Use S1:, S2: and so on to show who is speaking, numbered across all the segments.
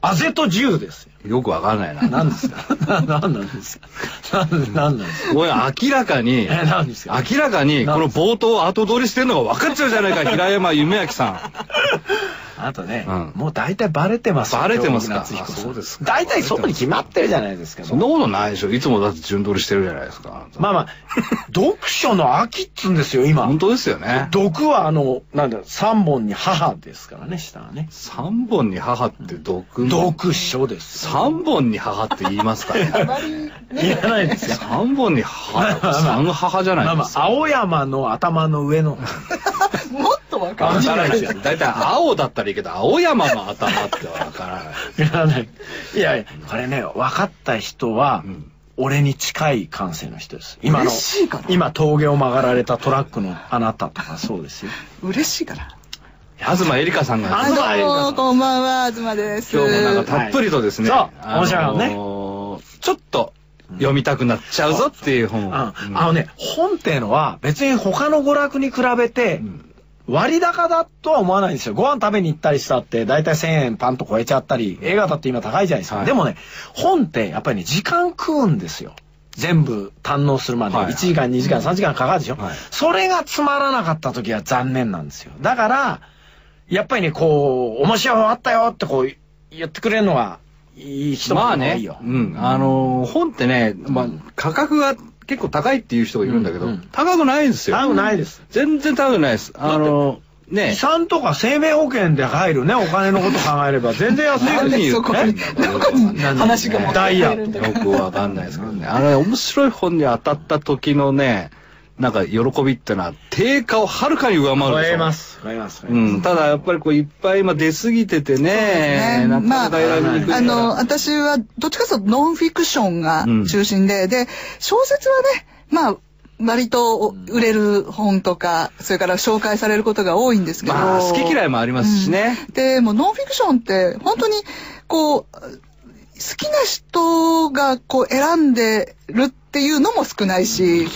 S1: あぜと銃ですよ。
S2: よくわかんないな。
S1: 何ですか何 なんですか何なんですか
S2: これ明らかに、
S1: え何ですか
S2: 明らかに、この冒頭を後取りしてるのが分かっちゃうじゃない か、平山夢明さ
S1: あとね、
S2: うん
S1: もう大体バレてますよ
S2: バレてますか
S1: 京極夏彦さん
S2: あそうですか
S1: 大体そうに決まってるじゃないですか
S2: ん。。そんなことないでしょ。いつもだって順取りしてるじゃないですか。
S1: まあまあ、読書の秋っつうんですよ、今。
S2: 本当ですよね。
S1: 毒はあの、なんだ、三本に母ですからね、下はね。
S2: 3本に母って毒の。
S1: 読書です。
S2: 3本に母って言いますかね。
S1: いらないですよ。
S2: 3本に母、
S1: まあまあ
S2: 3母じゃ
S1: ま
S2: な
S1: あ
S2: いで
S1: ますあ、
S2: か。
S1: 青山の頭の上の。
S3: もっとわか
S1: あ
S3: る。
S1: まあ
S2: わからな
S1: わ
S2: いで
S1: かん
S2: す大体青だったらいいけど、青山の頭ってわからない。
S1: いらない。いやいや、これね、分かった人は、
S2: うん
S1: 俺に近い感性の人です。今の
S3: 嬉しいかな、
S1: 今峠を曲がられたトラックのあなたとかそうですよ。
S3: 嬉しいから。
S2: 東エリカさんが
S1: あ
S2: ね、
S1: 東
S3: どうも、こんばんは、あずまです。
S2: 今日もなんかたっぷりとですね、
S1: はいそう
S2: あのー
S1: 面白いのね
S2: ちょっと読みたくなっちゃうぞっていう本を。
S1: あ
S2: うん
S1: あのね、本っていうのは別に他の娯楽に比べて
S2: ん
S1: 割高だとは思わないんですよ。ご飯食べに行ったりしたって大体1000円パンと超えちゃったり、映画だって今高いじゃないですか。
S2: はい
S1: でもね、本ってやっぱりね、時間食うんですよ。全部堪能するまで
S2: はいはい
S1: 1時間2時間3時間かかるでしょ、
S2: はい
S1: それがつまらなかった時は残念なんですよ。だから、やっぱりね、こう、面白いのあったよってこう言ってくれるのがいい人も
S2: まあ
S1: い
S2: ね
S1: いよ。、
S2: うん、あのー本ってね、まあ価格が結構高いっていう人がいるんだけど、
S1: うんうん
S2: 高くないんですよ。
S1: 合うないです。
S2: 全然高くないです。あのーね
S1: 遺、産とか生命保険で入るね、お金のこと考えれば全然安い
S2: 何
S1: です
S2: 言
S1: よ。
S2: ってんだ
S1: え
S2: よ
S3: 話が持って
S1: ダイヤ。
S2: よくわかんないですけどね。あれ、面白い本に当たった時のね、なんか喜びってのは、定価をはるかに上回る
S1: 超
S2: でしょ
S1: えます。超えます。
S2: うん、ただやっぱりこういっぱい今出過ぎててね、な
S3: ま
S2: かな
S3: あ、
S2: か選びにくいから
S3: あの、私は、どっちかというとノンフィクションが中心で、で、小説はね、まあ、割と売れる本とか、それから紹介されることが多いんですけど。
S2: まあ、好き嫌いもありますしね。
S3: で、もうノンフィクションって、本当に、こう、好きな人がこう選んでるっていうのも少ないし、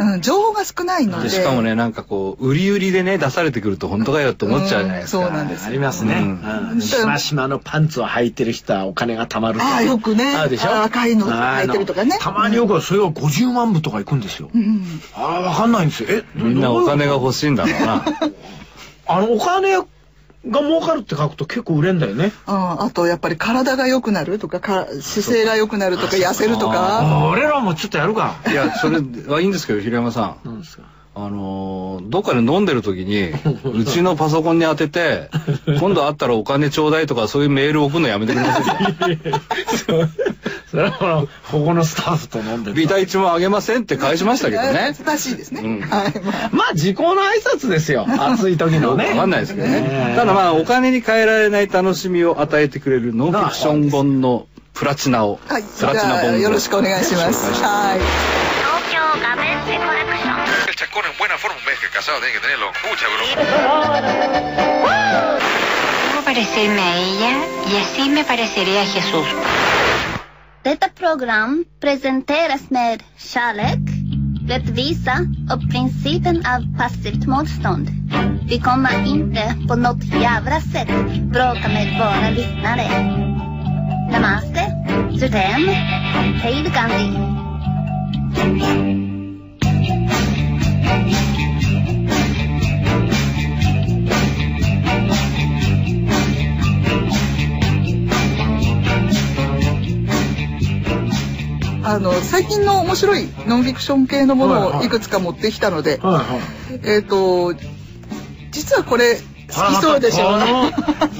S3: うん、情報が少ないので。
S2: でしかもね、なんかこう、売り売りでね、出されてくると本当かよって思っちゃうじゃないですか。
S3: うんそうなんです
S1: ありますね。
S2: う
S1: うんんしましまのパンツを履いてる人はお金が貯まるとか。
S3: ああよくね
S1: あるでし
S3: あ
S1: ょ。
S3: 赤いの履いてるとかね
S1: あのたまによくそれが50万部とか行くんですよ
S3: う。ん
S1: ああ、わかんないんですよ。え、
S2: みんなお
S1: どうい
S2: 金が
S1: うこ
S2: 欲しいんだろう な。
S1: と。あの、お金が儲かるって書くと結構売れんだよね。
S3: ああとやっぱり体が良くなるとかか姿勢が良くなるとか痩せるとか
S1: あ俺らもちょっとやるか。
S2: いや、それはいいんですけど、平山さん。
S1: なん ですか。
S2: あのーどっかで飲んでる時 に、うちのパソコンに当てて、今度会ったらお金ちょうだいとかそういうメール送るのやめてくださいよ。
S1: そうそれはほら、ここのスタッフと飲ん でる
S2: ビタ一もあげませんって返しましたけどね。
S3: 難しいですね、
S2: うん
S3: はいまあ
S1: まあ、時効の挨拶ですよ。暑い時のね。
S2: わかんないですけどね。
S1: え
S2: ただまあ、お金に変えられない楽しみを与えてくれるノンフィクション本のプラチナを、
S3: はい
S2: プ
S3: じ
S2: ラチナ
S3: ゃあ
S2: 本を
S3: よろしくお願いしますはい
S4: 東京ガベンセコレクション
S5: El chacón en buena forma, un mes que casado tiene que tenerlo. Pucha, bro.
S6: Debo parecerme a ella y así me pareceré a Jesús.
S7: Detta program presenteras med kärlek, rättvisa och principen av passivt motstånd. Vi kommer inte på något jävla sätt bråka med våra lyssnare. Namaste, Sudan, Hej då, Gandhi.
S3: あの最近の面白いノンフィクション系のも
S1: はい
S3: の
S1: は
S3: を
S1: い
S3: いくつか持ってきたので、
S1: はいはい。
S3: えっ、と実はこれ好きそうでしょうね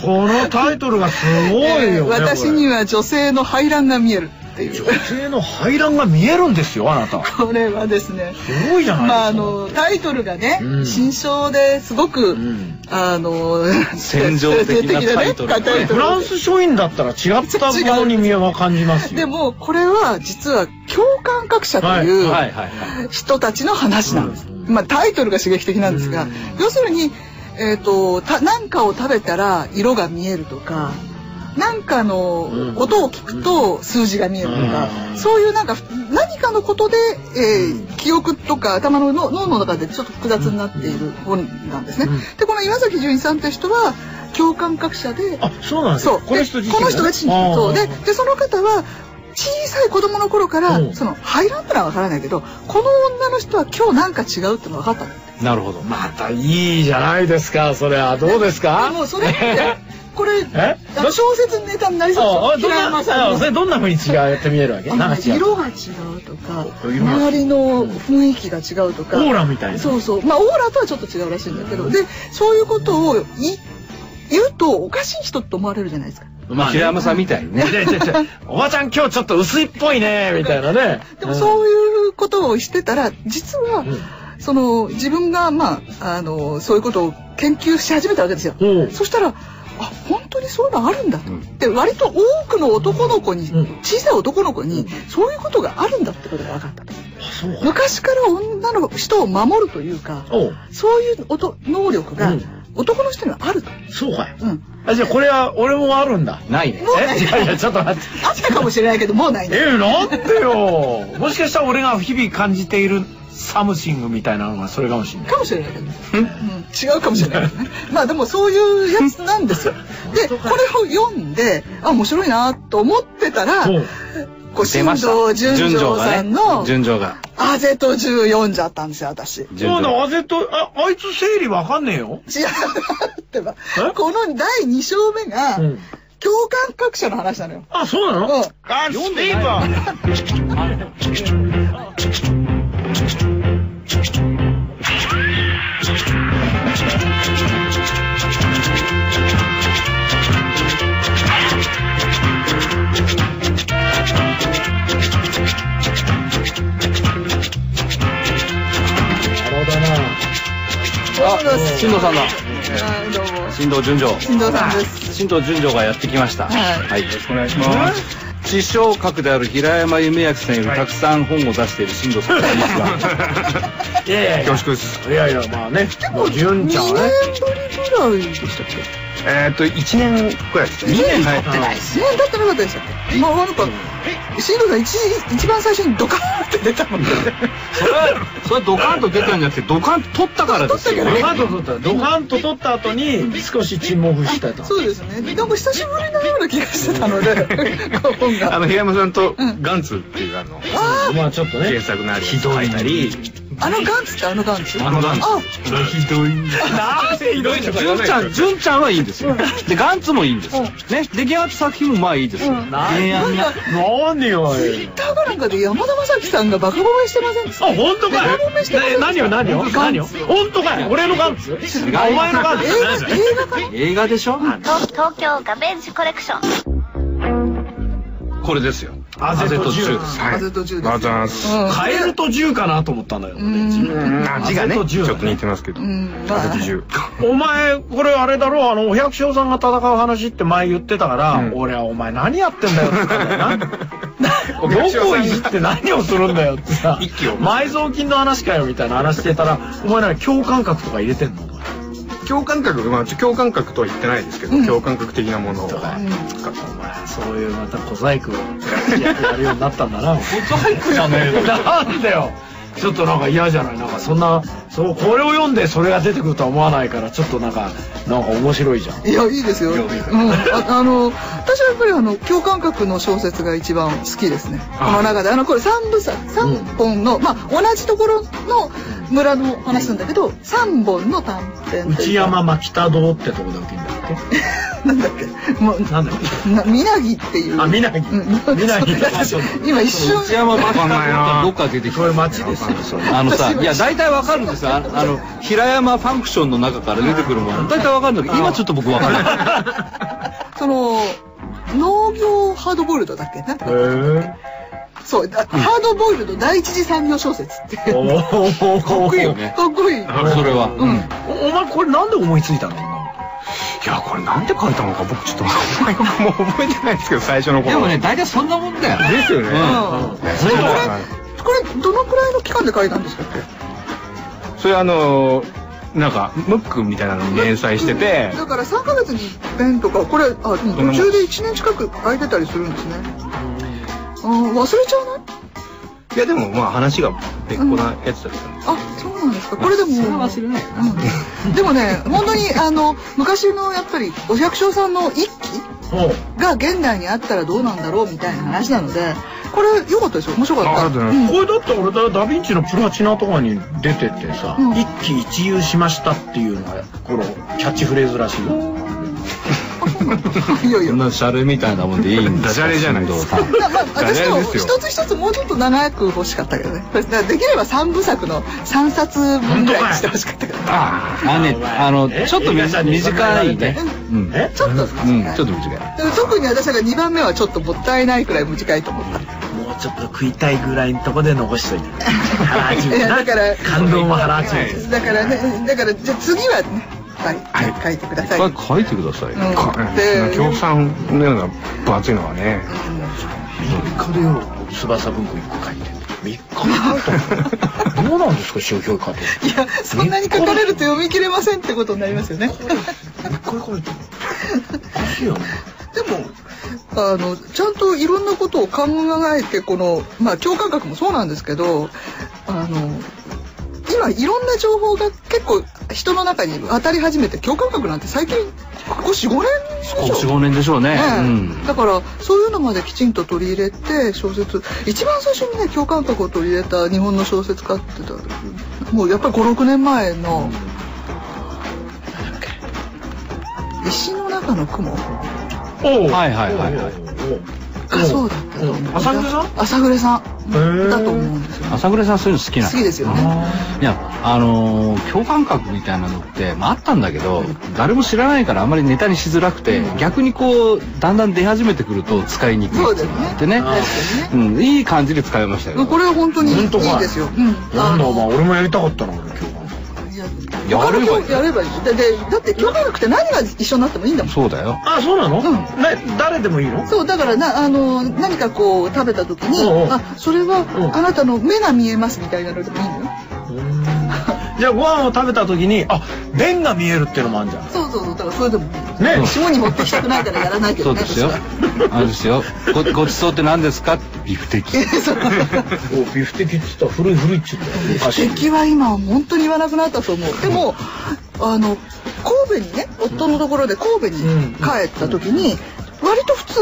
S1: この、このタイトルがすごいよね。
S3: えー 私に
S1: は。
S3: は女性の排卵が見えるっていう
S1: 女性の排卵が見えるんですよ、あなた。
S3: これはですね
S1: すごいじゃないですか。
S3: まああのタイトルがね、
S1: うん
S3: 新章ですごく、
S1: ん
S3: あの
S2: 戦場的なタイトル
S3: ねタイ
S1: フ
S3: トル
S1: ランス書院だったら違ったものに見えは感じますよ。
S3: で、もこれは実は共感覚者という
S2: はいはいはい。
S3: 人たちの話なんです。まあタイトルが刺激的なんですが
S1: うん、
S3: 要するにえっとたなんかを食べたら色が見えるとか。なんか
S1: う
S3: の
S1: ん
S3: 音を聞くと数字が見えるとか、
S1: うん
S3: そういうなんか何かのことで、えー記憶とか頭の脳脳の中でちょっと複雑になっている本なんですね。
S1: うん
S3: でこの岩崎純一さんという人は共感覚者で、
S1: あ、そうなんです
S3: そう。
S1: よ。
S3: で
S1: この人自身が
S3: この人が自身
S1: あー
S3: そう。で、で、その方は、小さい子供の頃か
S1: うん
S3: ら、その、入らんのはわからないけど、この女の人は今日なんか違うっての分かったの。
S2: なるほど。
S1: またいいじゃないですか、それは。どうですか
S3: でもそ れって、これ、
S1: え
S3: あの小説ネタになり
S1: あ
S3: そう
S1: あ
S3: でし
S1: ど
S3: ょ
S1: ん
S3: 平山
S1: な、
S3: さん
S1: あ
S3: の
S1: それどんな風に違うやって見えるわけなんか違う。
S3: 色が違うとか
S1: 色が
S3: 周りの雰囲気が違うと
S1: オ
S3: か
S1: ーラみたいな。
S3: そうそうまあオーラとはちょっと違うらしいんだけどでそういうことをい言うとおかしい人って思われるじゃないですか
S2: まあ、平山さんみたいに
S1: ね。
S2: ね。
S1: いやいやいやおばちゃん今日ちょっと薄いっぽいね、みたいなね。
S3: でもそういうことをしてたら実は
S1: うん
S3: その自分がまああのそういうことを研究し始めたわけですよ
S1: うん。うん
S3: そしたらあ本当にそういうのあるんだって割と多くの男の子に
S1: うん
S3: 小さい男の子にそういうことがあるんだってことが分かったと
S1: あ、そうか。
S3: 昔から女の人を守るというか
S1: おう
S3: そういうおと能力
S1: う
S3: が
S1: ん
S3: 男の人にはあると。
S1: そうかい。
S3: うん。
S1: あ、じゃあこれは俺もあるんだ。
S2: ないね。
S1: えいやいや、ちょっと待って。
S3: あったかもしれないけど、もうないね。
S1: え、なんでよ。もしかしたら俺が日々感じているサムシングみたいなのがそれかもしれない
S3: か。もしれないけどね。うん、違うかもしれないけどね。 まあでもそういうやつなんですよ。で、これを読んで、あ、面白いなと思ってたら、
S1: そう。
S3: こう、
S2: 出
S3: 新
S2: ました。
S3: 藤純情さんの、
S2: 純情がね。
S3: あぜと銃読んじゃったんですよ、私。違う。
S2: 純
S1: そう
S2: 情
S1: だ、
S2: が。
S1: あぜと、あ、あいつ生理わかんねえよ。
S3: ってば
S1: え
S3: この第2章目が、
S1: うん。
S3: 共感各社の話なのよ。
S1: あ、そうなの
S3: うん
S1: あ、読んでいいわ。
S2: あ、
S3: あ、どうも
S2: 新藤さんだ。
S3: はいどうも。
S2: 新藤純情。
S3: 新藤さんです。
S2: 新藤純情がやってきました。
S3: はい
S2: はい。よろしくお願いします。師匠格である平山夢明さんよりたくさん本を出している新藤さんです が、
S1: いやいやいや
S8: 恐縮です。
S1: いやいや、まあね。もう、純ちゃんは
S3: 2
S1: ね。
S3: 年ぶりぐらいでしたっけ
S8: えーっと、1年くらいですね。
S2: 2年経
S1: ってない
S3: ねだってなかったでしたっけまあなんか新藤さん一時一番最初にドカーンって出たもんね
S2: それは、それはドカンと出たんじゃなくて、ドカンと取ったからですよ
S1: ド
S2: ね。
S1: カンと取った。ドカンと取った後に、少し沈黙したと。
S3: そうですねなんか久しぶりのような気がしてたのでこう本
S8: あ
S3: が
S8: の、平山さんとガンツっていうあの、
S3: あ
S1: まあちょっと
S8: 原
S1: ね。
S8: 作のあれを書いたり、
S3: ああのガンツってあのガンツ
S8: あのガンツ
S3: あ
S8: ひどい。
S1: なんで
S8: どいのか言
S2: 純
S8: わない
S2: ちゃん、
S8: で
S2: 純ちゃんはいいんですよ。で、ガンツもいいんですよ。ね。で、ギャーツ作品もまあいいですよ。
S1: なん
S2: 明暗が
S1: なんでよ。
S3: ターなんかで山田将暉さんがバカボメしてませんでし
S1: あ、
S3: た
S1: 本当かいね何よ何よ何よ本当かい俺のガンツお前のガンツ
S3: 映画映画か
S2: 映画でしょ
S7: 東東京ガベージコレクション
S2: これですよ。
S1: アゼと銃
S8: す。
S3: な
S8: はい。
S3: 風と銃です
S8: ありがとうございます。
S3: うん
S1: カエルと銃かなと思ったんだよ。
S8: うんあ字が
S1: アゼ
S8: ね、
S1: と
S8: ち
S1: 銃
S8: ょ
S1: だね
S8: っと似てますけど。
S3: うんま
S8: あ
S3: あ
S8: ぜと銃。
S1: お前、これあれだろあの、お百姓さんが戦う話って前言ってたから、
S8: うん
S1: 俺はお前何やってんだよって言ったんだよな。どこいじって何をするんだよってさ、
S8: 一気を
S1: 埋蔵金の話かよみたいな話してたら、お前なに共感覚とか入れてんのお前
S8: 共感覚、まあ、ちょ共感覚とは言ってないですけど、
S3: うん
S8: 共感覚的なものを
S1: とか
S8: 使ったお前。
S1: そういうまた小細工をやるようになったんだな。
S2: 小細工じゃねえよ
S1: なんだよ。ちょっとなんか嫌じゃないなんかそんな、そう、これを読んでそれが出てくるとは思わないから、ちょっとなんか、なんか面白いじゃん。
S3: いやいいですよ、うん、ああの私はやっぱりあの共感覚の小説が一番好きですねこの中であのこれ3部作3本の、まあ同じところの村の話なんだけど3本の短編と
S1: 内
S3: いうか
S1: 山牧田堂ってとこで受けんだっけ
S3: なんだっけもう
S1: なんだっけ
S3: なみぎっていう
S1: あ、みなぎ。
S3: うん
S1: みな ぎ。
S3: 私今一瞬
S2: 内山真
S8: んないな
S2: どっから出てき
S1: これ
S2: た。
S1: 町ですよ。
S2: あの さ、いや、大体わかるんですよ。ああの、平山ファンクションの中から出てくるもの。大体わかるんだけど、今ちょっと僕わかんない。
S3: その農業ハードボイルドだっけなん
S1: へ
S3: か
S1: ぇ
S3: そうだハードボイルド第一次産業小説っていう
S1: おー
S2: かっこいいよね。
S3: かっこいい
S2: それは。
S3: うん
S1: お前これなんで思いついたの今
S8: いや、これなんで書いたのか僕ちょっと、 もう覚えてないですけど、最初の
S2: で
S8: 頃。
S2: もね、大体そんなもんだよ。
S8: ですよね。
S2: うん
S8: ね
S2: それも
S3: これどのくらいの期間で書いたんですか
S8: それあのなんかムックみたいなのに連載してて
S3: だから3ヶ月に一遍とかこれあ途
S8: もん
S3: 中で1年近く空いてたりするんですねうん忘れちゃうない
S8: いやでもまあ話が別個なやつだったんで
S3: あそうそうなんですか。これでも。
S2: それは忘れないよな。
S3: うんでもね、本当にあの昔のやっぱりお百姓さんの一揆
S1: おう
S3: が現代にあったらどうなんだろうみたいな話なので、これ良かったですよ。面白かった。
S8: ありがとうご
S3: う
S8: ざい
S3: ん
S1: これだって俺だダヴィンチのプラチナとかに出ててさ、
S3: うん
S1: 一喜一憂しましたっていうのがこのキャッチフレーズらしいよ
S3: あそうなん だいや
S2: そ
S3: いや。
S2: ん
S3: な
S2: なシャレみたいなもんでいいんですか
S8: ダジャレじゃないですか
S2: 神道
S3: まあ、
S8: ダジ
S3: 私
S8: ャ
S3: も
S8: レですよ
S3: 一つ一つもうちょっと長く欲しかったけどね。だからできれば三部作の三冊分ぐらいにしてほしかったけど。
S8: あ
S2: あね、あの、ちょっとみ短いね。うん。
S1: え
S3: ちょっと
S2: うん、ちょっと短い。
S3: でも特に私が2番目はちょっともったいないくらい短いと思った。
S1: もうちょっと食いたいぐらいのとこで残しといて腹八分
S3: いやだから
S1: 感動も腹八分 です
S3: だからね、だからじゃあ次はね、はい、書いてください。
S2: いっぱい書いてください。
S3: うん
S8: あ。か
S3: で
S8: 京さんのような分厚いのはね。
S1: 3日でよ翼文庫1個書いて3日でどうなんですか宗教家って
S3: いや、そんなに書かれると読み切れませんってことになりますよね。
S1: 1個で書いてるおかしいよね
S3: でも、あの、ちゃんといろんなことを考えて、この、まあ、共感覚もそうなんですけど、あの、今いろんな情報が結構人の中に当たり始めて共感覚なんて最近ここ45年でしょ
S2: 4、5年でしょうね。う
S3: ね
S2: ん。
S3: だからそういうのまできちんと取り入れて小説一番最初にね共感覚を取り入れた日本の小説家って言ったらもうやっぱり56年前の「石の中の雲」
S1: おう
S2: はいはいはいはい
S3: あそうだったと思う
S1: 朝倉さんへ
S3: 朝暮さん
S1: ー
S3: だと思うんですよ
S2: 朝倉さんそういうの好きなの
S3: 好きですよね
S2: いやあのー共感覚みたいなのって、まあ、あったんだけど誰も知らないからあんまりネタにしづらくて、逆にこうだんだん出始めてくると使いにくいっていうのがあってね
S3: そうだよね確
S2: う
S3: か
S2: ん、いい感じで使いましたよ、
S3: これは本当にいい
S1: 本当か
S3: ですよ、うん
S1: なんだお前俺もやりたかったな俺今
S3: いや
S2: やればいい
S3: やればいいだでだって共感覚って何が一緒になってもいいんだもん
S2: そうだよ
S1: 日あそうなの
S3: うん
S1: な誰でもいいの
S3: そうだからなあの何かこう食べた時に
S1: うんうん
S3: あそれ
S1: うん
S3: はあなたの目が見えますみたいなのでもいいのよ
S1: じゃあご飯を食べた時にあ便が見えるっていうのもあるじゃん
S3: そうそうそうだからそれでもいい
S1: ね
S3: 下に持ってきたくないからやらないけ
S2: そう
S3: どね
S2: ですよあれですよごごちそうって何ですかビフテキ
S3: 私は そう
S1: おビフテキっつったら古い古いっつったよおかしい
S3: 敵は今本当に言わなくなったと思うでもあの神戸にね夫のところで神戸
S1: うん
S3: に帰った時に割と普通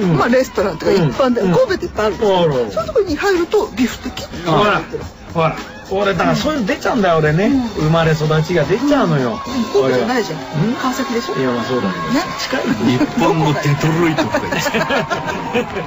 S3: の、
S1: うん
S3: まあ、レストランとか
S1: うん
S3: 一般で、
S1: うん
S3: 神戸っていっぱいあるんです
S1: あ
S3: よ
S1: るある
S3: そういうところに入るとビフテキ
S1: ほらほら俺だからそういうの出ちゃうんだよ俺ね
S3: うん
S1: 生まれ育ちが出ちゃうのよ
S3: 神戸じゃないじゃん、
S1: うん
S3: 川崎でしょ
S1: いやまあそうだね
S3: ね
S1: 近い
S2: 日本のデトロイトとか言って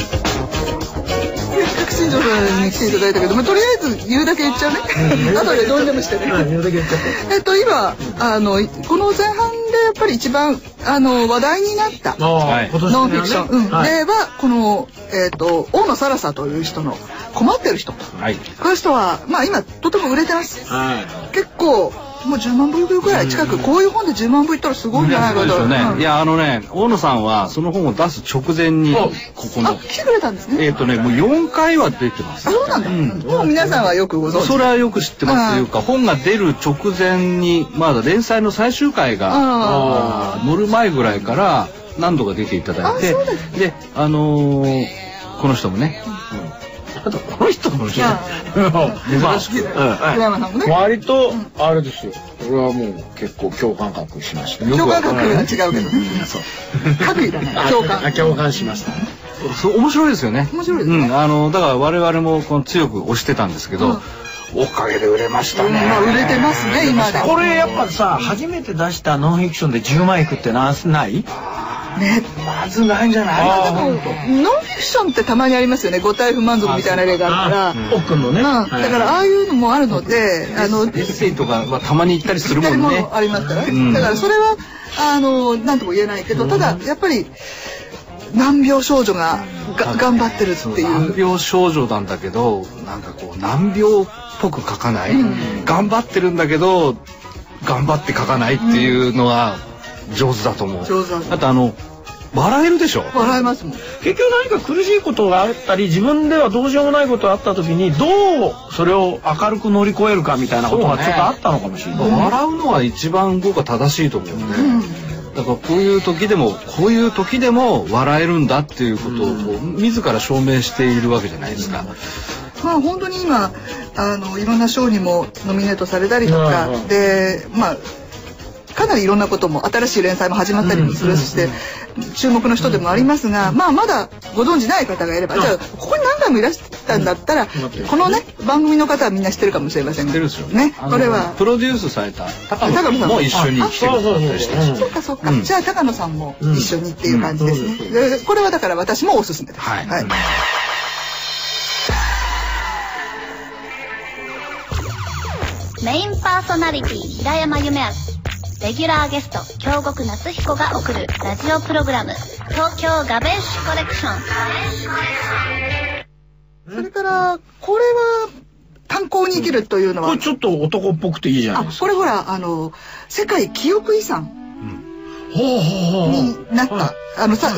S3: せっかく新庄さんに来ていただいたけど、まあ、とりあえず言うだけ言っちゃうね。後でどうにでもしてね。
S1: だけ言っちゃっ
S3: えっと、今、あの、この前半でやっぱり一番、あの、話題になった。
S1: たあ
S2: は
S1: あ
S2: い
S1: 今年
S3: ノ
S1: の
S3: ン
S1: ね
S3: フィクション。うん。
S1: はい
S3: では、この、えっ、と、大野サラサという人の、困ってる人。こ
S2: はい
S3: の人は、まあ今、とても売れてます。
S1: は
S3: 結構、もう10万部ぐらい近く、こういう本で10万部いったらすごいんじゃないか
S2: そう
S3: と。
S2: ですよ
S3: うん
S2: ねいやあのね大野さんはその本を出す直前に
S1: お
S2: ここ
S3: あ
S2: の、
S3: 来てくれたんですね。
S2: えっ、とねもう4回は出てま
S3: あ、
S2: す
S3: そうなんだ。
S2: うん
S3: もう皆さんはよくご存知。
S2: それはよく知ってますというか本が出る直前にまだ連載の最終回
S3: あー
S2: があー乗る前ぐらいから何度か出ていただいて
S3: あそうだ
S2: であのーこの人もね
S1: いあとこの 人もね
S3: いや
S1: まあ
S3: 珍しく平山さんもね
S1: 割とあれですよ俺はもう結構共感覚しましたよ
S3: 共感覚は違うけどね
S1: んそう
S3: 核いらない共
S1: あ
S3: 感
S1: 共感しました
S2: そう面白いですよね
S3: 面白いですね
S2: うん、あのだから我々もこの強く押してたんですけど、おかげで売れました
S3: うん
S2: ね、
S3: まあ売れてますね今で
S1: これやっぱさ初めて出したノンフィクションで10枚いくってなんすない
S3: ね
S2: まずないんじゃない
S1: あ
S3: ノンフィクションってたまにありますよね五体不満足みたいな例があるから
S1: あ奥のね
S3: まあだからああいうのもあるのであの
S2: エッセイとかはたまに行ったりするも
S3: 光
S2: んね
S3: もありますからね、
S2: うん
S3: だからそれはあの何とも言えないけどただやっぱり難病少女がが頑張ってるっていう
S2: 難病少女なんだけどなんかこう難病っぽく書かない、頑張ってるんだけど頑張って書かないっていうのは上手だと思う、
S3: 上手だと思う
S2: あとあの笑えるでしょ
S3: 笑えますもん
S1: 結局何か苦しいことがあったり自分ではどうしようもないことがあった時にどうそれを明るく乗り越えるかみたいなことがちょっとあったのかもしれない、
S2: 笑うのは一番僕は正しいと思うんで、だからこういう時でもこういう時でも笑えるんだっていうことをこう自ら証明しているわけじゃないですか、
S3: まあ本当に今あのいろんな賞にもノミネートされたりとか、
S1: うんうん
S3: でまあかなりいろんなことも新しい連載も始まったりもするし、注目の人でもありますが、まあまだご存知ない方がいれば、じゃあここに何回もいらしたんだったら、このね番組の方はみんな知ってるかもしれません
S2: 知
S3: が
S2: ってるんですよ
S3: ね
S2: あの
S3: これは
S2: プロデュースされた高野さんも一緒に来てくださったりして
S1: そう
S3: そっかそっか、
S2: うん
S3: じゃあ高野さんも一緒にっていう感じですね、でこれはだから私もおすすめです、
S2: はい
S7: メインパーソナリティ平山夢明レギュラーゲスト京極夏彦が送るラジオプログラム東京ガベッシュコレクション
S3: それからこれは炭鉱に生きるというの
S1: こ
S3: は
S1: れちょっと男っぽくていいじゃない
S3: あ
S1: ですか
S3: これほらあの世界記憶遺産
S1: ほうほうほう
S3: になった、あのさ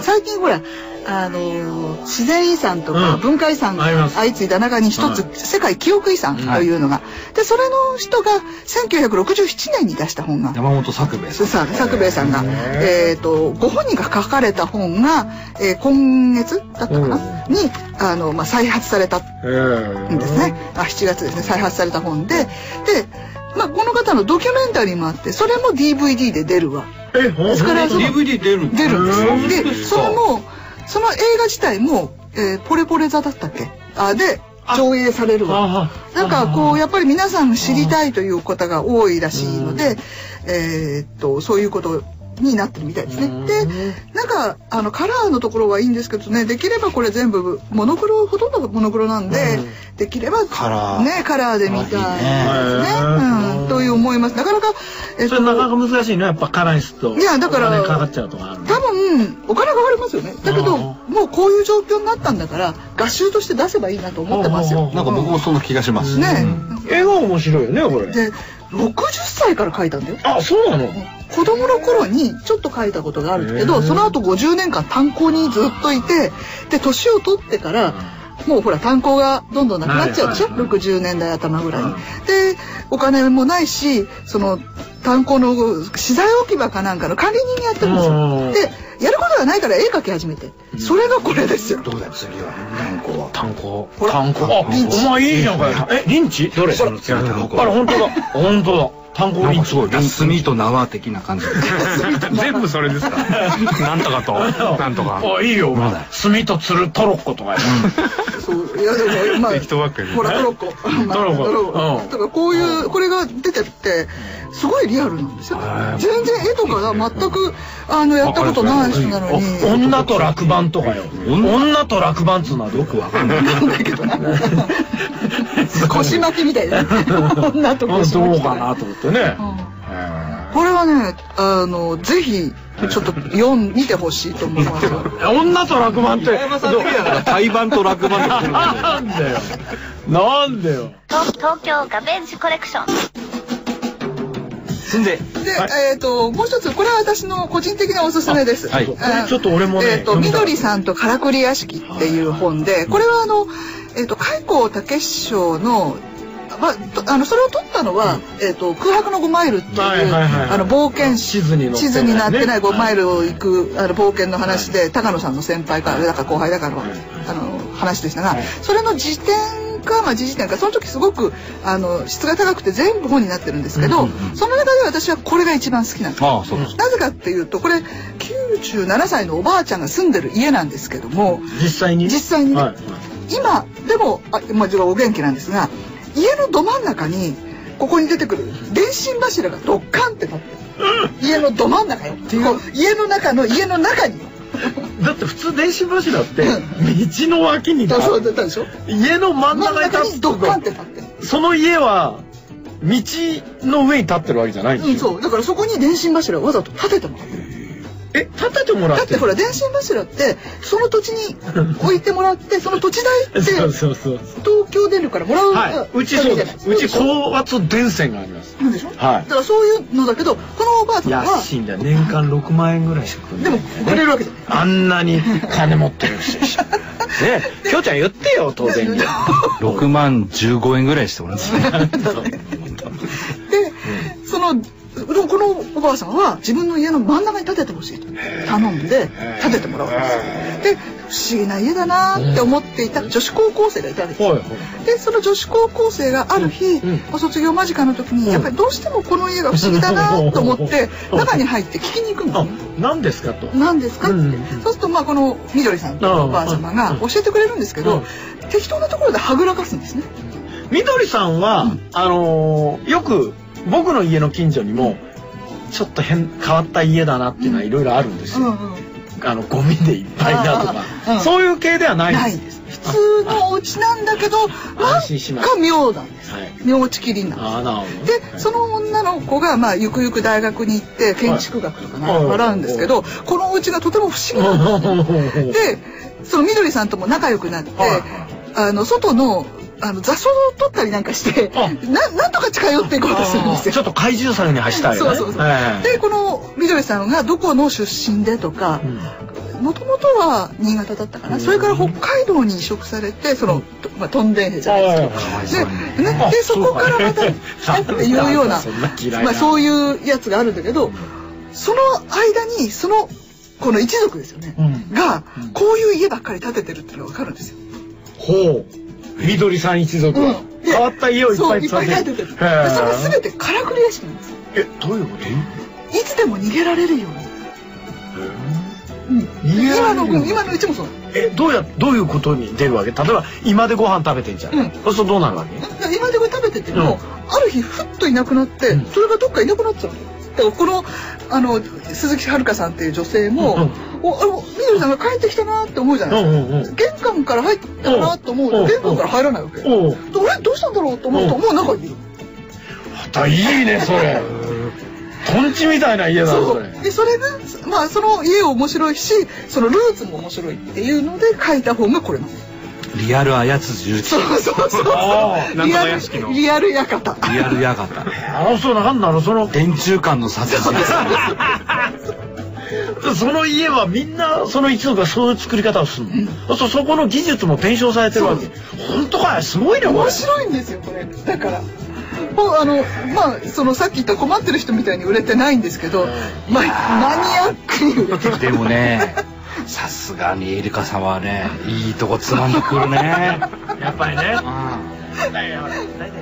S3: 最近ほらあの自然遺産とか
S1: うん
S3: 文化遺産
S1: ありま
S3: が
S1: す
S3: 相次いだ中に一つ、
S1: は
S3: 世界記憶遺産というのが、でそれの人が1967年に出した本が
S2: 山本作兵衛さん
S3: さ作兵衛さんが、えー、とご本人が書かれた本が、えー今月だったかな、にあの、まあ、再発されたん
S1: えー
S3: ですねあ7月ですね再発された本でで、まあ、この方のドキュメンタリーもあってそれも DVD で出るわ
S1: えほう
S3: ですからその
S2: DVD 出るん
S3: 出るんです
S2: へ
S3: で
S2: ー
S3: それもその映画自体も、えーポレポレ座だったっけあで上映されるわ。
S1: あ
S3: なんかこうやっぱり皆さん知りたいという方が多いらしいので、えーっとそういうことになってるみたいですね。でなんかあのカラーのところはいいんですけどねできればこれ全部モノクロほとんどモノクロなんで、できれば
S2: カラー
S3: ねカラーで見たいですね。
S1: あいいね
S3: うん、という思います。なかなか、えっ
S1: そ
S3: と
S1: れなかなか難しいねやっぱカラーにすると
S3: いやだから
S1: お金かかっちゃうとかあるね
S3: 多分お金がかかりますよねだけど
S1: あ
S3: もうこういう状況になったんだから合集として出せばいいなと思ってます
S1: ほう
S3: よ
S1: ほう
S2: なんか僕もその気がします。
S3: ね
S1: 絵が面白いよねこれ
S3: で60歳から書いたんだよ
S1: あそうなの
S3: 子供の頃にちょっと書いたことがあるけどその後50年間炭鉱にずっといてで年を取ってからもうほら炭鉱がどんどんなくなっちゃうでしょ
S1: はいはいはい
S3: 60年代頭ぐらいに。でお金もないしその炭鉱の資材置き場かなんかの管理人やってるんです
S1: うんうんうん
S3: よ。でやることがないから絵描き始めてそれがこれですよ。
S2: どうだよ次は。なんかは。
S1: 炭鉱
S3: ほら
S1: 炭鉱あ
S3: リンチ
S1: お前いいじゃんこれえリンチどれ
S2: その強い炭鉱
S1: あら本当だ本当だ炭鉱
S2: なん
S1: リン
S2: か
S1: チ
S2: すごいラスミと縄的な感じ。
S8: 全部それ ですかなんとかと なんとか
S1: あいいよお前
S2: まだ
S1: 炭とつるトロッコとかよ
S3: そういやでもまあ
S8: 適当ばっかり
S3: ほらトロッコ、まあ
S1: トロッコうん
S3: だからこういうこれが出てってすごいリアルなんですよ全然絵とかが全くあのやったことない人なのに
S1: お女と落盤とかよ女と落盤っつうのはよくわかんない
S3: 腰巻きみたいな女と
S1: うん
S3: 腰巻
S1: どう
S3: き
S1: かなと思ってね
S3: これはねあのぜひちょっと読ん見てほしいと思いますよ
S1: 女と落盤って
S2: 対バンと落盤と
S1: なんだよなんだよ
S7: 東東京ガベージコレクション
S2: 住んで。
S3: で、えっ、と、もう一つ、これは私の個人的なおすすめです。
S2: はい
S3: うん
S1: ちょっと俺もね
S3: えっ、と、
S1: 読みたい
S3: 緑さんとからくり屋敷っていう本で、これはあの、えっ、と、開口武師匠の、まあと、あの、それを取ったのは、えっ、と、空白の5マイルっていう、
S1: はいはいはい
S3: あの、冒険
S1: 地図に載ってないね
S3: 地図になってない5マイルを行く、あの、冒険の話で、高野さんの先輩から、だから後輩だから、あの、話でしたが、
S1: はい
S3: それの辞典か、まあ、時事典かその時すごくあの質が高くて全部本になってるんですけど、
S2: うんうんうん
S3: その中で私はこれが一番好きなんです。
S2: ああ、そうです。
S3: なぜかっていうとこれ97歳のおばあちゃんが住んでる家なんですけども
S1: 実際に
S3: 実際にね
S1: はい
S3: 今でもあまあ自分はお元気なんですが家のど真ん中にここに出てくる電信柱がドッカンって立ってる家のど真ん中よっていう家の中の家の中に
S1: だって普通電信柱って道の脇に立
S3: だ
S1: つ
S3: そうだったでしょ
S1: 家の真ん
S3: 真ん
S1: 中に
S3: 中
S1: 立つ
S3: にド
S1: と
S3: ッカ
S1: か
S3: ンって立ってる
S1: その家は道の上に立ってるわけじゃないん
S3: うん
S1: ですよ、
S3: そうだからそこに電信柱をわざと立ててもらってる
S1: え立ててもらって
S3: だ
S1: る
S3: ってほら電信柱ってその土地に置いてもらってその土地代っ て
S1: そうそうそう
S3: 東京電力からもらう、
S1: はい、うちそうです。うち高圧電線があります。
S3: うでしょ、
S1: はい
S3: だからそういうのだけどこのおばあさんは
S1: 安いんだよ。年間6万円ぐらいしかくん
S3: で
S1: ない。
S3: もくれるわけじゃない
S1: あんなに金持ってる し。ねえ、きょうちゃん言ってよ、当然 に。
S2: 6万15円ぐらいしてもらうんですね。
S3: で、そのでもこのおばあさんは自分の家の真ん中に建ててほしいと頼んで建ててもらうんですよで不思議な家だなーって思っていた女子高校生がいたんですよ
S1: はいはい
S3: でその女子高校生がある日、
S1: うんうん
S3: お卒業間近の時に、
S1: うん
S3: やっぱりどうしてもこの家が不思議だなーと思って
S1: うん
S3: 中に入って聞きに行くんです
S1: あ
S3: ね、
S1: 何ですかと。
S3: 何ですか?」って、
S1: うん
S3: そうするとまあこのみどりさんとおばあ様が
S1: うん
S3: 教えてくれるんですけど、適当なところではぐらかすんですね。
S1: みどりさんは、あのーよく僕の家の近所にも、ちょっと変、変わった家だなっていうのはいろいろあるんです
S3: うんう
S1: よ。
S3: ん
S1: あの、ゴミでいっぱいだと
S3: あーう
S1: か、
S3: ん
S1: そういう系ではないんです。
S3: 普通のお家なんだけどなん
S1: 安心しま
S3: か
S1: す
S3: 妙なんです
S1: はい。
S3: 妙ちきりんなんです
S1: ああ、なるほどね。は
S3: で
S1: い
S3: その女の子が、まあ、ゆくゆく大学に行って建築学とか
S1: はい
S3: な習うんですけどこのお家がとても不思議なんですでそのみどりさんとも仲良くなって、
S1: はい
S3: あの外のあの雑草を取ったりなんかして
S1: あ
S3: ななんとか近寄っていこうとするんですよ
S1: ちょ。っと怪獣さんに走ったよ
S3: そう
S1: ね。
S3: そうそう。
S1: ええ
S3: でこのみどりさんがどこの出身でとか
S1: うん
S3: もともとは新潟だったかなそれから北海道に移植されてその、とまあ、トンデンヘじゃないですか。でね、でそこからまたねっていうような
S1: そんな嫌いな
S3: まあ、そういうやつがあるんだけどその間にそのこの一族ですよね、
S1: うん
S3: が
S1: うん
S3: こういう家ばっかり建ててるっていうのが分かるんですよ。
S1: ほう。みどりさん一族は
S3: うんで
S1: 変わった家をいっ
S3: そ
S1: ぱ
S3: う
S1: い
S3: いっぱい建ててる。でそれが全
S1: て。
S3: てからくり屋敷なんですよ。
S1: え、どういうこと
S3: いつでも逃げられるように。うん
S1: 逃げられる
S3: 今のうん今のうちもそう。
S1: え、どうや、どういうことに出るわけ例えば、今でご飯食べてんじゃん。
S3: うん
S1: そうするとどうなるわけ
S3: で今でこれ食べてても、
S1: うん
S3: ある日ふっといなくなって、
S1: うん
S3: それがどっかいなくなっちゃうのだからこのあの鈴木遥さんっていう女性も、
S1: うん
S3: おあのみどりさんが帰ってきたなって思うじゃないですか、
S1: うんうんうん
S3: 玄関から入ったなと思う
S1: うん
S3: と玄関から入らないわけ、
S1: おう。
S3: で俺どうしたんだろうと思うと、
S1: うん
S3: もう中にいる
S1: またいいね、それ。とんちみたいな家だな、
S3: そ
S1: そうれ。
S3: でそれが、まあ、その家面白いしそのルーツも面白いっていうので書いた本がこれなんです
S2: リアルあやつ11。
S3: そうそうそう
S1: あ
S3: そ
S8: ー
S3: う
S8: なん
S3: リ
S8: と
S3: ア
S8: か
S3: ル
S8: 屋敷の
S3: リアル館
S2: リアルやがた。
S1: あの、そう、なんだろう、その、
S2: 電柱間の殺人。
S1: その家はみんなその一族がそういう作り方をするの、そうするとそこの技術も伝承されてるわけ
S3: そ
S1: 本当かいすごいねこれ
S3: 面白いんですよこれだからもうあのまあそのさっき言った困ってる人みたいに売れてないんですけど、まあ、マニアックに売れてる
S2: でもね、さすがにエリカさんはね、いいとこつまんでくるね。
S1: やっぱりね
S2: うん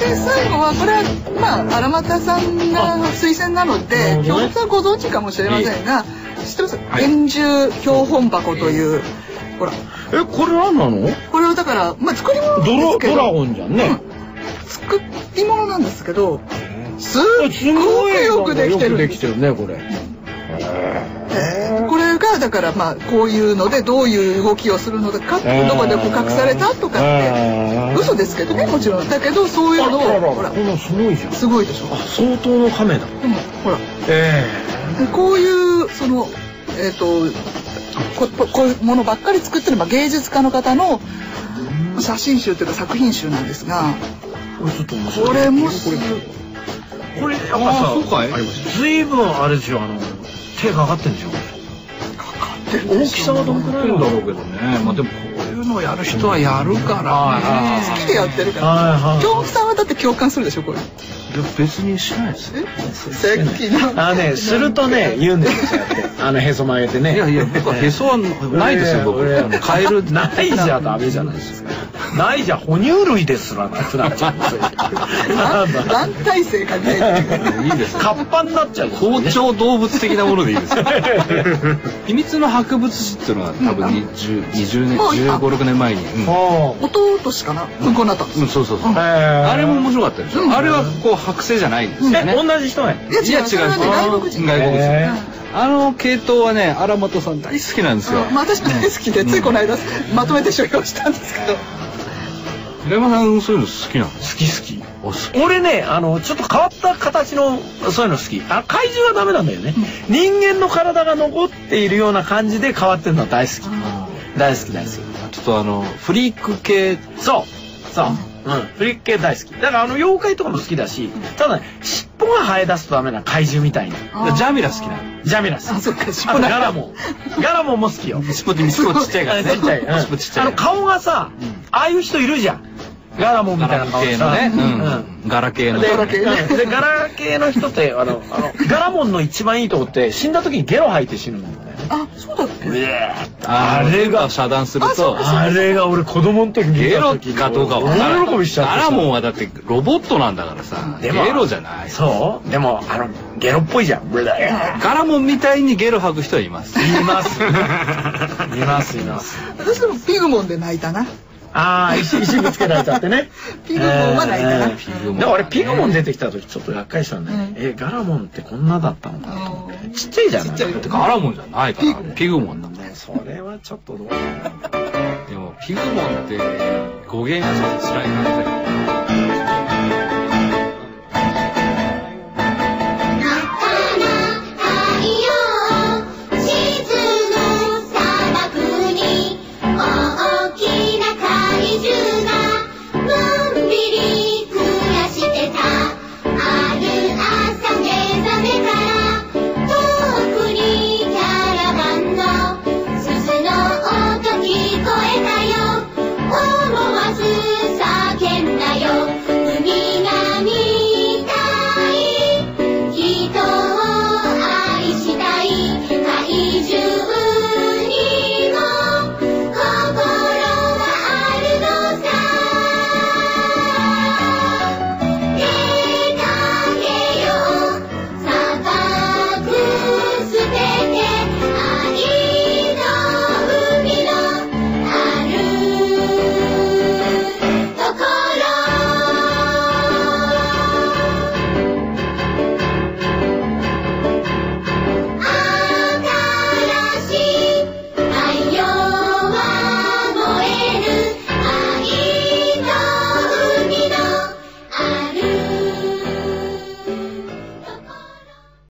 S3: で最後はこれはまあ荒俣さんが推薦なの
S1: なる
S3: で
S1: ほど
S3: 京
S1: ね
S3: 本さんご存知かもしれませんが知ってます
S2: い
S3: 厳重標本箱というほら
S8: え、これ何なの
S3: これはだから、まあ、作り物なん
S1: ド
S3: です
S1: ロ
S3: け
S1: ドラ
S3: ど、
S1: ゴンじゃんね。
S3: 作り物なんですけど、すっ
S1: す
S3: ご
S1: ご
S3: く
S1: い
S3: よくできてる
S1: よく
S3: ん
S1: で
S3: で
S1: き
S3: す
S1: てるね、これ。
S3: これがだからまあこういうのでどういう動きをするのかってどこで捕獲されたとかって嘘ですけどねもちろんだけどそういうの
S1: あらら
S3: をほ
S1: ら
S3: ら
S1: こんなのすごいじゃん。
S3: すごいでしょ
S1: あ、相当の亀だ。
S3: でもほら
S1: え
S3: こういうそのえっ、とこここういうものばっかり作ってる、まあ、芸術家の方の写真集というか作品集なんですが
S1: えこれちょっと面白い。
S3: これもす
S1: これ、やっぱ
S8: あ
S1: さ
S8: そうかい、
S1: ずいぶんあれですよ、あの、手かかってんですよ、これ大きさはどんくらい
S8: ん
S1: の
S8: だろうけどね。まあでもこういうのをやる人はやるからね。
S3: 好きでやってるから
S1: はいはい。
S3: 京極さんはだって共感するでしょこれ
S2: 別にしないですよ
S3: えさっきの
S1: あの ね、すると ね、言うんですよ、そうやって。あの、へそ曲げてね。
S2: いやいや僕はへそはないですよ僕
S1: いやいや俺
S2: カエル
S1: ないじゃダメじゃないですか。ないじゃ哺乳類ですらなくなっちゃうんですよ。
S3: 団団体性がね
S2: いいです
S1: カッパになっちゃう。
S2: 包丁動物的なものでいいで すよ秘密の博物誌っていうのは多分20 20年
S3: もう今
S2: 1 5 6年前に、うん
S1: おー
S3: 弟としかなうんこうなったんです
S2: うん、そうそうそう、
S1: えー
S2: あれも面白かったでしょ、
S3: うん
S2: あれはこう剥製じゃないんですよね、
S1: え、同じ人ね。
S3: いや違う
S2: いや違う
S3: それはね外国人
S2: 外国人
S1: え
S2: あの系統はね荒本さん大好きなんですよ、
S3: うんまあ私も大好きでついこの間まとめて所要したんですけど
S2: 平山さんそういうの好きなんです
S1: ー好き好き。
S2: お好き
S1: 俺ね、あの、ちょっと変わった形の、そういうの好き。あ、怪獣はダメなんだよね。人間の体が残っているような感じで変わってるのは大好き。大好き大好き。
S2: ちょっとあのフリーク系
S1: そう。そう。うん。フリッケ大好き。だからあの妖怪とかも好きだし、ただね、尻尾が生え出すとダメな怪獣みたいな。
S2: ジャミラ好きなの
S1: ジャミラス。
S3: あそっか尻
S1: あ
S3: 尾
S1: と
S3: な
S1: ガ
S3: い
S1: ラモン。ガラモンも好きよ。
S2: 尻尾って尻尾ちっちゃいからね
S1: ちっちゃい。うん
S2: 尻尾ちっちゃい
S1: あの顔がさ
S2: うん、
S1: ああいう人いるじゃん。ガラモンみたいな顔
S2: 系
S1: さ
S2: のね、う
S1: うん
S2: ん、ガラ系の
S1: で
S3: ガラ系ね
S1: うんでガラ系の人ってあのあのガラモンの一番いいとこって死んだ時にゲロ吐いて死ぬんだよね
S3: あそうだっけ
S1: うえーって
S2: あ
S1: あれ
S2: れ
S1: が
S2: が遮断する
S3: あそう
S2: と
S3: か
S1: あれが俺子供の時に
S2: ゲ
S1: 見た
S2: ロ
S1: 時に
S2: かどうかは
S1: 大喜びしちゃって
S2: ア
S1: さ
S2: ラモンはだってロボットなんだからさゲ
S1: でも
S2: ロじゃない
S1: そうでもあのゲロっぽいじゃんブラー
S2: ガラモンみたいにゲロ吐く人はいます
S1: い ますい ますいます
S3: 私でもピグモンで泣いたな
S1: ああ石石ぶつけられちゃってね
S3: ピグモンはないかな
S1: えー
S2: ピグモン
S1: でも俺ピグモン出てきた時ちょっとがっかりしたんだよね、えガラモンってこんなだったのかと思ってちっちゃいじゃん
S3: ちっちゃい
S2: ガラモンじゃないからピグモンなんだ
S1: ねそれはちょっとどうかな
S2: でもピグモンって語源がちょっと辛い感じだよ